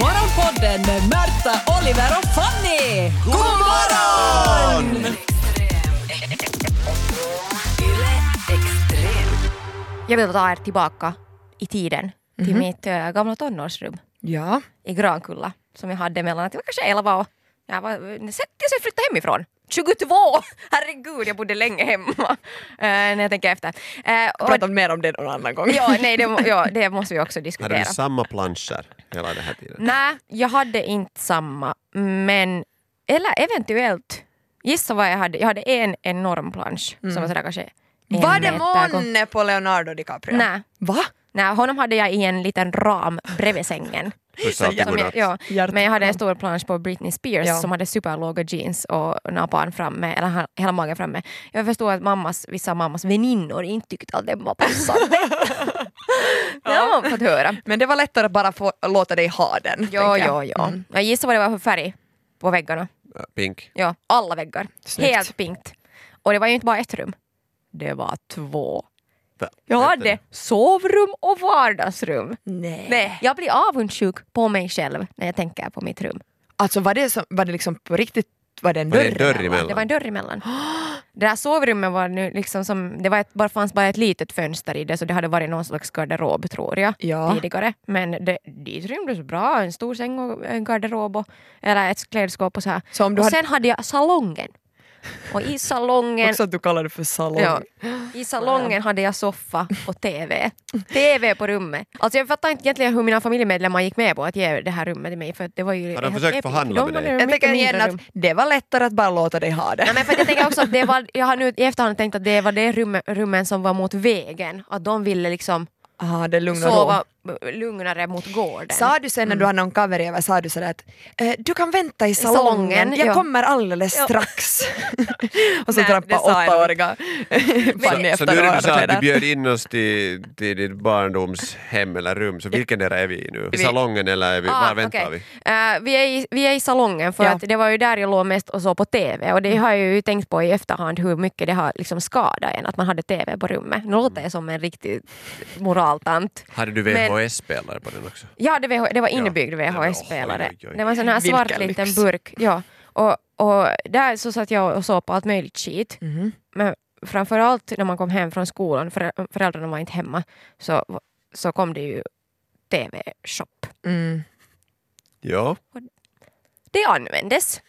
Morgonpodden med Märta, Oliver och Fanny! God morgon! Jag vill ta er tillbaka i tiden till Mhm. mitt eh, gamla tonårsrum Ja. i Grankulla som jag hade mellan att jag var kanske 11 och jag var, eh, sen tills jag flyttade hemifrån. 22! Herregud, jag bodde länge hemma. Eh, när jag tänker efter. Eh, och- Prata mer om det någon annan gång. ja, nej, det, må- ja, det måste vi också Hade du diskutera. samma planscher hela den här tiden? Nej, jag hade inte samma. Men, eller eventuellt. Gissa vad jag hade. Jag hade en enorm plansch som var sådär kanske en Mm. Var det meter gång- månne på Leonardo DiCaprio? Nej. Va? Nej, honom hade jag i en liten ram bredvid sängen. Först sa Som jag, ja. Hjärtat. Men jag hade en stor plansch på Britney Spears Ja. som hade superlåga jeans och napan framme, eller ha- hela magen framme. Jag förstod att mammas, vissa av mammas väninnor inte tyckte att den var passande. Det har man fått höra. Men det var lättare att bara få låta dig ha den. Ja, tänker jag. Mm. ja, ja. Jag gissar vad det var för färg på väggarna. äh, Pink. Ja, alla väggar. Snyggt. Helt pinkt. Och det var ju inte bara ett rum. Det var två. Va? Jag Vänta hade nu. sovrum och vardagsrum. Nej. Nej. Jag blir avundsjuk på mig själv när jag tänker på mitt rum. Alltså var det, som, var det liksom på riktigt, var det en Var det dörr? en dörr eller? emellan? Det var en dörr emellan. Det där sovrummet var nu liksom som, det var ett, bara, fanns bara ett litet fönster i det så det hade varit någon slags garderob tror jag Ja. tidigare. Men det, dit rymdes bra, en stor säng och en garderob och, eller ett klädskåp och så här. Så om du och hade- sen hade jag salongen. Och i salongen, Också att du kallar det för salong. ja, i salongen hade jag soffa och TV. TV på rummet. Alltså jag fattar inte egentligen hur mina familjemedlemmar gick med på att ge det här rummet till mig för att det var ju... Har de försökt förhandla med dig? Jag tänker igen att det var lättare att bara låta dig ha det. Nej, men för att jag tänker också att det var, jag har nu i efterhand tänkt att det var det rummen, rummen som var mot vägen. Att de ville liksom Aha, Ah, det lugnar sova b- lugnare mot gården. Sa du sen när Mm. du hade någon cover över, sa du sådär att eh, du kan vänta i salongen, salongen, jag ja. kommer alldeles Ja. strax. och så Nej, det trampade sa jag åttaåriga Fanny Så nu efter är det varandra så att du kläder. bjöd in oss till, till ditt barndomshem eller rum, så vilken era är vi i nu? I Vi- Ah, salongen eller är vi, var väntar okej. vi? Eh, vi, är i, vi är i salongen för Ja. att det var ju där jag låg mest och såg på TV och det har jag ju tänkt på i efterhand hur mycket det har liksom skadat en att man hade TV på rummet. Nu låter jag som en riktig moraltant. Hade du Men- VHS-spelare på den också? Ja, det, VH, det var inbyggd Ja, VHS-spelare. men oj, oj, oj. Det var en sån här svart Vilken liten lyx. burk. Ja. Och, och där så satt jag och såg på allt möjligt skit. Mhm. Men framförallt när man kom hem från skolan, förä- föräldrarna var inte hemma, så, så kom det ju TV-shop. Mm. Ja. Det användes.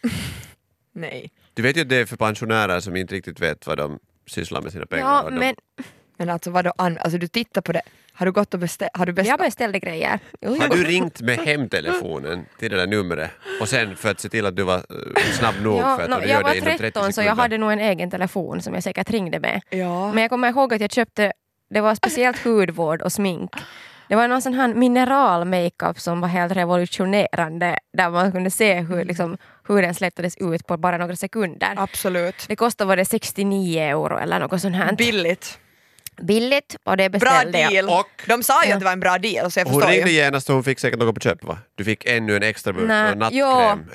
Nej, Du vet ju att det är för pensionärer som inte riktigt vet vad de sysslar med sina pengar. Ja, vad de- men men alltså vadå, an- alltså du tittar på det, har du gått och beställt? Har du jag beställt? beställde grejer. Jo, Har jo. du ringt med hemtelefonen till det där numret och sen för att se till att du var eh, snabb nog Ja, för att nå, om du jag gör det var inom 30 sekunder? 13 så jag hade nog en egen telefon som jag säkert ringde med. Ja. Men jag kommer ihåg att jag köpte, det var speciellt hudvård och smink. Det var någon sån här mineral-makeup som var helt revolutionerande där man kunde se hur liksom, huden slätades ut på bara några sekunder. Absolut. Det kostade var det 69 euro eller något sånt här. Billigt. Billigt och det Bra beställde jag. deal. Och- De sa ju att det var en bra deal så jag Hon förstår ringde ju. genast och hon fick säkert något på köpet va? Du fick ännu en extra burk, Nej, någon nattkräm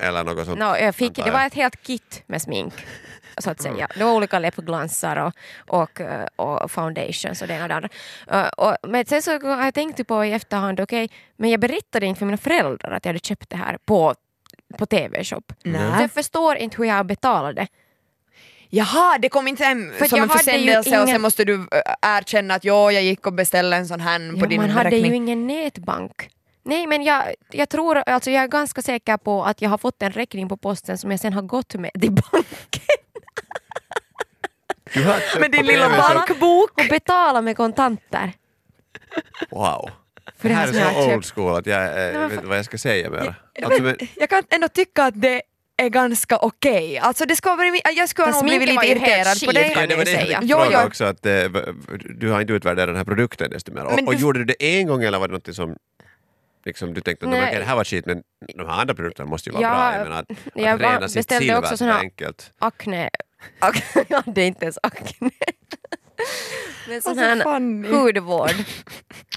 ja. eller något sånt? No, jag fick, antar det var ett helt kit med smink. Så att säga. Det var olika läppglansar och, och, eh, och foundations och det ena och det andra. Eh, Och, men sen så har jag tänkt på i efterhand, okej, men jag berättade inte för mina föräldrar att jag hade köpt det här på, på TV-shop. Så Nej. jag förstår inte hur jag betalade. Jaha, det kom inte hem För att som jag en hade ju försändelse och ingen- sen måste du äh, erkänna att ja, jag gick och beställde en sån här på Ja, din man hade räkning. ju ingen nätbank. Nej, men jag, jag tror, alltså jag är ganska säker på att jag har fått en räkning på posten som jag sen har gått med till banken. Du har köpt Men din på lilla TV, så- bankbok! Och betalat med kontanter. Wow. För det det här som är jag så har köpt. old school att jag, eh, men vet fa- inte vad jag ska säga mera. Ja, Att, men men, jag kan ändå tycka att det är ganska okej. Alltså det ska vara, jag skulle Fast nog blivit sminken lite var ju helt irriterad på skit, det. kan ja, det var jag det säga. jag tänkte Jo, fråga jo. också, att eh, v- du har inte utvärderat den här produkten desto mer. Och, Men och du- gjorde du det en gång eller var det något som liksom, du tänkte att Nej. Nej. det här var skit men de här andra produkterna måste ju vara Ja, bra. Jag menar, att, jag att var- rena sitt beställde silver också så såna- enkelt. Acne. Ac- jag hade inte ens akne. Men sån Alltså, här Fanny. hudvård.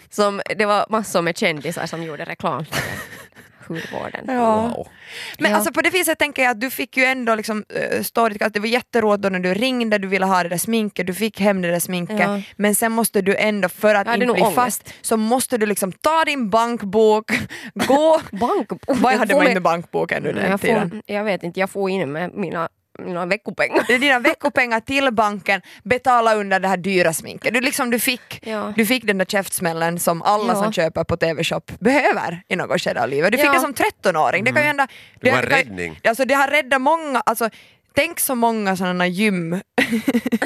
Som, det var massor med kändisar som gjorde reklam för den. hudvården. Ja. Wow. Men Ja. alltså på det viset tänker jag att du fick ju ändå liksom eh, stå ditt kast. Det var jätteroligt då när du ringde, du ville ha det där sminket, du fick hem det där sminket. Ja. Men sen måste du ändå, för att Jag hade inte nog bli ångest. fast, så måste du liksom ta din bankbok, gå... Bankbok. Vad hade Får man mig- inte bankbok ännu den jag, tiden? får, jag vet inte, jag får in med mina, mina veckopengar. Det är dina veckopengar till banken, betala under det här dyra sminket. Du, liksom, du, fick, Ja. du fick den där käftsmällen som alla Ja. som köper på TV-shop behöver i något skede av livet. Du fick Ja. det som 13-åring. Det kan ju hända. Mm. Det var en kan- räddning. Alltså, det har räddat många. Alltså, Tänk så många sådana gym,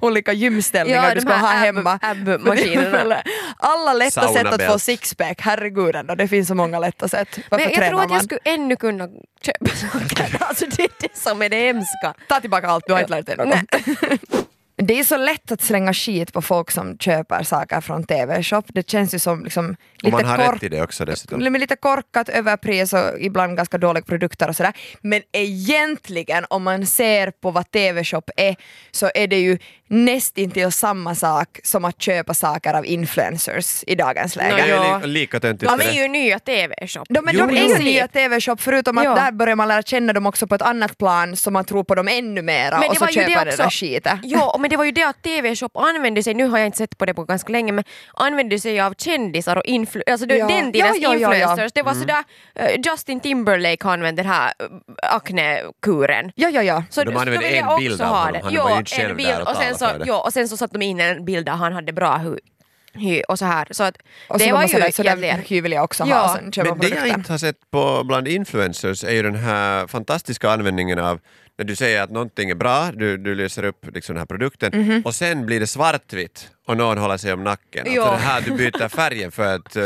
olika gymställningar Ja, du de ska här ha ab- hemma. ab-maskinerna. Eller Alla lätta Sauna sätt att få belt. sixpack, herregud ändå, det finns så många lätta sätt. Varför Men jag tränar tror att man? jag skulle ännu kunna köpa saker. Alltså det är det som är det hemska. Ta tillbaka allt, du har inte lärt dig något. Nej. Det är så lätt att slänga skit på folk som köper saker från TV-shop. Det känns ju som liksom Och lite, man har kork- rätt i det också dessutom. men lite korkat överpris och ibland ganska dåliga produkter och sådär. Men egentligen om man ser på vad TV-shop är så är det ju nästintill samma sak som att köpa saker av influencers i dagens läge. Det är Ja. li- lika töntigt. De det. är ju nya TV-shop. De, men Jo, de är ju jo. nya TV-shop förutom att Ja. där börjar man lära känna dem också på ett annat plan så man tror på dem ännu mera Men det och så var ju det köper det också. där skiten. Ja, men det var ju det att TV-shop använde sig, nu har jag inte sett på det på ganska länge, men använde sig av kändisar och influ- alltså det- Ja. den tidens Ja, Mm. ja, ja, ja. influencers. Det var sådär, eh, Justin Timberlake använde den här eh, aknekuren. Ja, ja, ja. Så De då använde ville jag en också bild av ha honom. det. Han Jo, var ju inte en själv bild där och och sen så, talade för det. jo, och sen så satte de in en bild där han hade bra hy, hy och så här. Så att Och så det var var man ju sådär, sådär jävligt- hy vill jag också Ja. ha. och Sen köpa Men det jag produkten. inte har sett på bland influencers är ju den här fantastiska användningen av när du säger att någonting är bra, du, du lyser upp liksom den här produkten Mhm. och sen blir det svartvitt och någon håller sig om nacken. Ja. Alltså det här du byter färgen för att eh,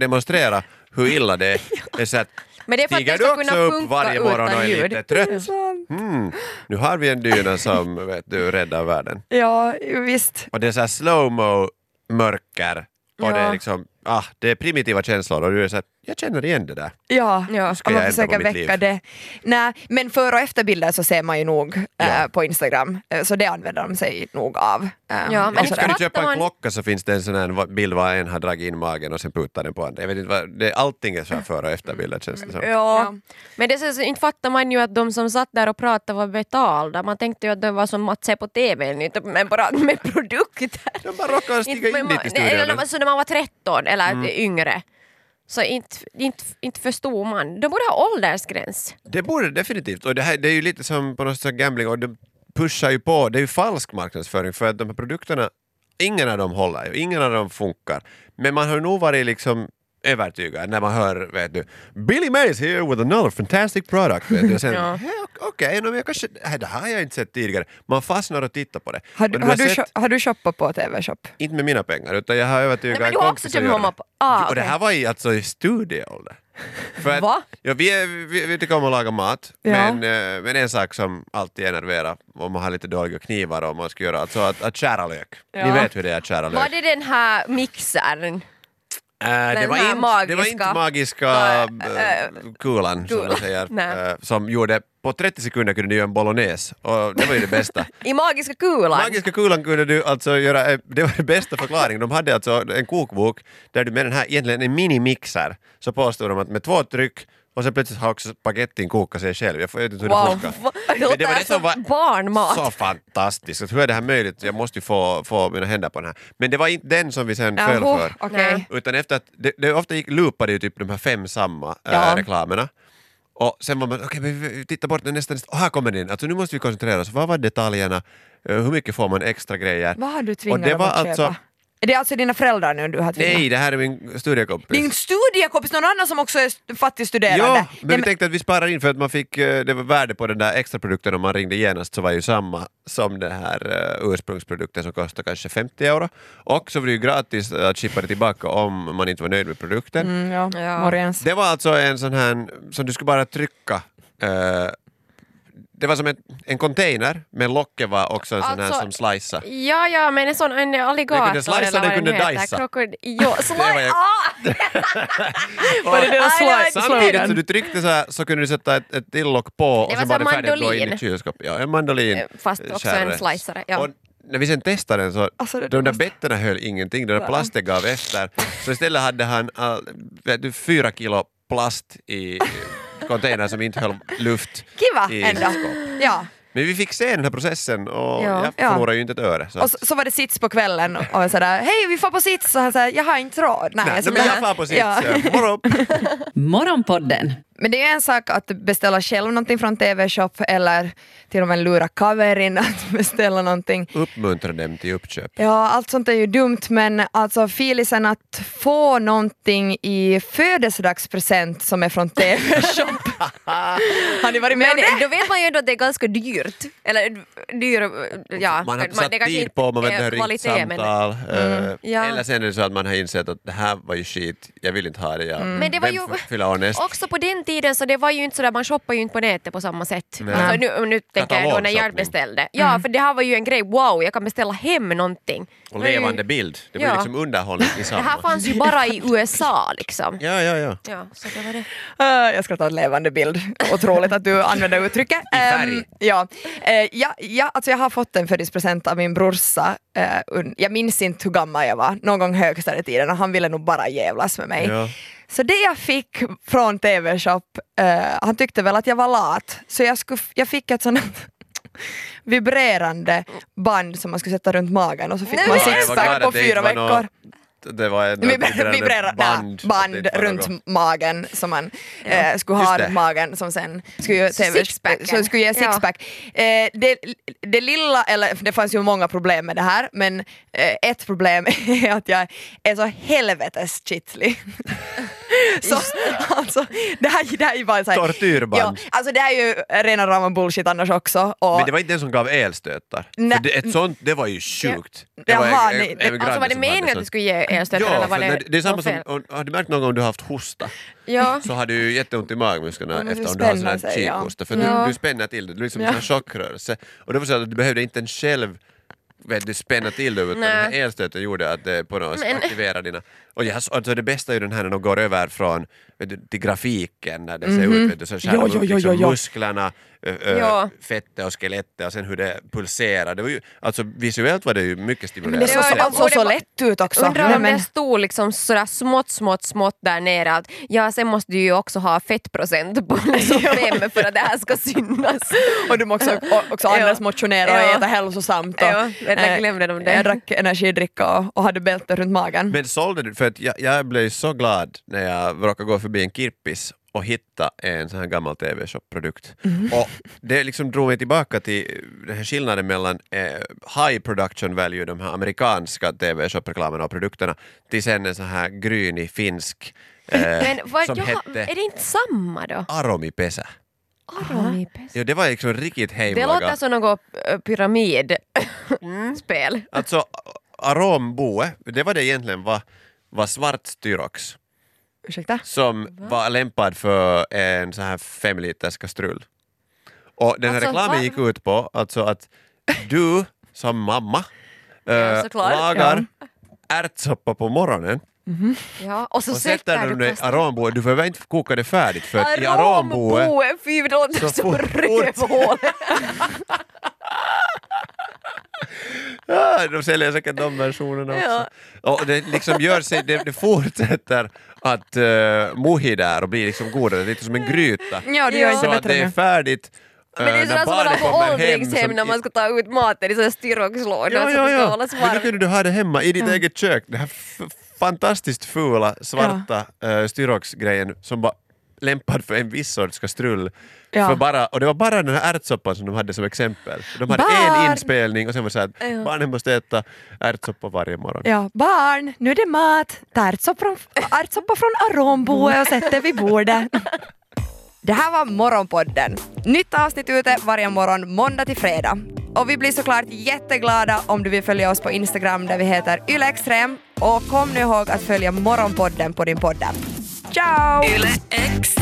demonstrera hur illa det är. det är. Så att, Men det är för att stiger det du ska också kunna upp funka varje morgon utan och är ljud. lite trött? Mm. Nu har vi en dyna som vet du, räddar världen. Ja, visst. Och det är så här slow-mo mörker och Ja. det är liksom, ah, det är primitiva känslor och du är så här, jag känner igen det där. Ja, Ja. ja. Ska om jag man ändra försöker på mitt väcka liv? det. Nej, men före och efterbilder så ser man ju nog eh, Ja. på Instagram, Eh, så det använder de sig nog av. Eh, Ja, men och Men sådär. ska du köpa Fattar man- en klocka så finns det en sån här bild var en har dragit in magen och sen puttar den på andra. Jag vet inte vad, det, allting är så här före och efterbilder känns det som. Ja. Ja. Men det, så, inte fattar man ju att de som satt där och pratade var betalda. Man tänkte ju att det var som att se på TV, inte- men bara med produkter. De bara råkar Inte- stiga in men man- dit i eller när studion. Mm. man- Så när man var 13 eller yngre. Så inte, inte, inte förstod man. De borde ha åldersgräns. Det borde definitivt, och det, här, det är ju lite som på något sätt gambling och de pushar ju på, det är ju falsk marknadsföring för att de här produkterna, ingen av dem håller ju, ingen av dem funkar. Men man har ju nog varit liksom övertygad när man hör, vet du, Billy Mays here with another fantastic product. Vet du. Och sen, Ja. "Hä, okej, nå, men jag kanske, det här har jag inte sett tidigare. Man fastnar och tittar på det. Har, Och du, har har, du, sett- sho- har du shoppat på TV-shop? Inte med mina pengar, utan jag har övertygat Nej, men du har också att köpt göra mamma det. på... Ah, Och det okej. här var i, alltså i studieålder. För att, Va? Ja, vi, är, vi, vi tycker om att laga mat, Ja. men, eh, men en sak som alltid enerverar om man har lite dåliga knivar och man ska göra, alltså att, att skära lök. Ni Ja. vet hur det är att skära lök. Var det den här mixern? Eh, det, Den var här inte, det var inte magiska- magiska Eh, eh, kulan, som kulan. man säger, Nej. eh, som gjorde, på 30 sekunder kunde du göra en bolognese och det var ju det bästa. I Magiska kulan? Magiska kulan kunde du alltså göra, eh, det var den bästa förklaringen. De hade alltså en kokbok där du med den här, egentligen en minimixer, så påstod de att med två tryck och så plötsligt har också spagettin kokat sig själv. Jag vet inte hur det Wow, funkar. va- det Men låter var det som som var- barnmat. Så fantastiskt! Att Hur är det här möjligt? Jag måste ju få, få mina händer på den här. Men det var inte den som vi sen föll Jaha, för. oh, okej. Nej. Utan efter att, det, det ofta gick, loopade ju typ de här fem samma eh, Ja. reklamerna. Och sen var man, okej, men vi- vi titta bort den nästa, nästa, och här kommer den. Alltså nu måste vi koncentrera oss. Vad var detaljerna? Eh, hur mycket får man extra grejer? Vad har du och tvingat det dem var att alltså, köpa? Är det alltså dina föräldrar nu du har tvingat? nej, det här är min studiekompis. Din studiekompis, någon annan som också är st- fattigstuderande? Jo, men Nej, vi tänkte att vi sparar in för att man fick, eh, det var värde på den där extra produkten om man ringde genast så var ju samma som den här eh, ursprungsprodukten som kostar kanske 50 euro. Och så var det ju gratis att shippa det tillbaka om man inte var nöjd med produkten. Mm, ja. Ja. Morjens. Det var alltså en sån här som du skulle bara trycka. eh, det var som en, en container, men locket var också en sån här Alltså, som sliceade. Ja, ja, men en sån en alligator Den kunde slicea, eller vad den kunde heter. dicea. Krokodil... Jo, slice! var ju- Ah! Var det deras Aj, slide- aj, aj. Samtidigt som slogan? du tryckte så här så kunde du sätta ett, ett till lock på och Det sen var var så det här färdigt att gå in i mandolin. Eh, kylskåpet. Ja, en mandolin. Fast också kärre. en slicer. Ja. Och när vi sen testade den så, Alltså, det- de där betterna höll ingenting, den där plasten gav efter. Så istället hade han äh, vet du, fyra kilo plast i containern som inte höll luft Kiva i ändå. skåp. Ja. Men vi fick se den här processen och Ja. jag förlorade ju inte ett öre. Så. Och så, så var det sits på kvällen och sådär, hej vi får på sits och han säger, jag har inte råd. Nej, Nej, så nej, men det- jag far på sitt. Ja. så Morgon! Morgonpodden Men det är ju en sak att beställa själv någonting från TV-shop eller till och med lura kaverin att beställa någonting. Uppmuntra dem till uppköp. Ja, allt sånt är ju dumt men alltså filisen att få någonting i födelsedagspresent som är från TV-shop. har ni varit med om det? Men då vet man ju ändå att det är ganska dyrt. Eller dyr, ja. Man har det satt kanske tid inte på, man är har ringt kvalitet, men- samtal. eh, Mm, ja. Eller sen är det så att man har insett att det här var ju skit, jag vill inte ha det. Jag, Mm. Men det var Vem ju- f- fyller år näst? Också på den tiden så det var ju inte sådär, man shoppar ju inte på nätet på samma sätt. Nej. Alltså, nu, nu tänker jag då när jag Katalogshoppning. beställde. Ja, för det här var ju en grej, wow, jag kan beställa hem någonting. Och levande bild. Det var ju Mm. Ja. liksom underhållning i Det här samma. fanns ju bara i USA liksom. Ja, ja, ja. Ja, så det var det. Eh, jag ska ta en levande bild. Otroligt att du använder uttrycket. färg. Ehm, ja. Eh, ja, ja, alltså jag har fått en födelsedagspresent av min brorsa. Eh, un- jag minns inte hur gammal jag var, någon gång högstadietiden och han ville nog bara jävlas med mig. Ja. Så det jag fick från TV-shop, eh, han tyckte väl att jag var lat, så jag, skulle, f- jag fick ett sånt vibrerande band som man skulle sätta runt magen och så fick man men- Jag var glad sixpack på att det inte fyra var något- veckor. Det var en Vibrerar, vibrerar, band, Det band var något. runt magen som man eh, skulle Just ha det. runt magen som sen skulle ge, TV, Sixpacken. som skulle ge Ja. sixpack. Eh, det, det lilla, eller det fanns ju många problem med det här men eh, ett problem är att jag är så helvetes kittlig. så, alltså, det, här, det här är ju bara så här, Tortyrband. Ja, alltså det här är ju rena rama bullshit annars också. Och, Men det var inte den som gav elstötar. Nej. För det, ett sånt, det var ju sjukt. Jaha, en- nej, en- det- en Alltså granne var det som hade meningen att sånt. du skulle ge elstöt Ja, eller för var när- det, det är samma något som, fel? om- har du märkt någon gång du har haft hosta? Ja. så har du ju jätteont i magmusklerna Ja, men efter du om du har sån spänner här sig, ja. kikhosta. För Ja. du, du spänner till det, det är liksom Ja. en sån här chockrörelse. Och det var så att du behövde inte ens själv vet du, spänna till det utan Nej. den här elstöten gjorde att det på något sätt Men- aktiverar dina... Och jag, alltså det bästa är ju den här när de går över från vet du, till grafiken när det ser Mhm. ut, vet du, så skär Jo, de jo, upp jo, liksom jo, jo. musklerna, ö, ö, Ja. fettet och skelettet och sen hur det pulserar. Det var ju, alltså visuellt var det ju mycket men det stimulerande. Ja, såg de så, så, borde så bara- lätt ut också. Undrar Nej, om men- det stod liksom sådär smått, smått, smått där nere att ja, sen måste du ju också ha fettprocent på liksom fem för att det här ska synas. Och du måste också, också annars Ja. motionera och Ja. äta hälsosamt. Och, Ja, jag eh, glömde de det. Jag drack energidricka och, och hade bälte runt magen. Men sålde du? För att jag, jag blev så glad när jag råkade gå förbi en kirpis och hitta en sån här gammal TV-shop-produkt. Mm. Och det liksom drog mig tillbaka till eh, den här skillnaden mellan eh, high production value, de här amerikanska TV-shop-reklamerna och produkterna, till sen en sån här grynig finsk eh, Men vad, som ja, är hette det inte samma då? Aromipesä. Aromipes. Ja, det var liksom riktigt Det låter heimlaga. som något eh, Mm. pyramidspel. Alltså, aromboe, det var det egentligen var, var svart styrox. Ursäkta? som var lämpad för en sån här fem liters kastrull. Och den här Alltså, reklamen va? gick ut på alltså att du som mamma äh, såklart. lagar ärtsoppa på morgonen Ja, och så och sätter du den i plast- aromboet. Du behöver inte koka det färdigt för att i aromboet Aromboe, fy det låter så som fort- rövhål. Ja, de säljer säkert de versionerna också. Och det liksom gör sig, det, det fortsätter att uh, mohi där och blir liksom godare, lite som en gryta. Ja, du gör Ja. inte Så att bättre det är nu. färdigt eh, Men det är sådär när som man har barnen på kommer hem. åldringshem som- när man ska ta ut maten i sådana styroxlådor Ja, som ja, ska ja. hållas Men då varm. kunde du ha det hemma i ditt eget kök. Den här f- fantastiskt fula svarta ja. styroxgrejen som var lämpad för en viss sorts kastrull. Ja. För bara, och det var bara den här ärtsoppan som de hade som exempel. De hade Barn! en inspelning och sen var det så här, att barnen måste äta ärtsoppa varje morgon. Ja, barn, nu är det mat. Ta ärtsoppa från, ärtsoppa från Aromboe och sätter vid bordet. Det här var Morgonpodden. Nytt avsnitt ute varje morgon måndag till fredag. Och vi blir såklart jätteglada om du vill följa oss på Instagram där vi heter ylextrem. Och kom nu ihåg att följa Morgonpodden på din podd. Ciao! Yle X.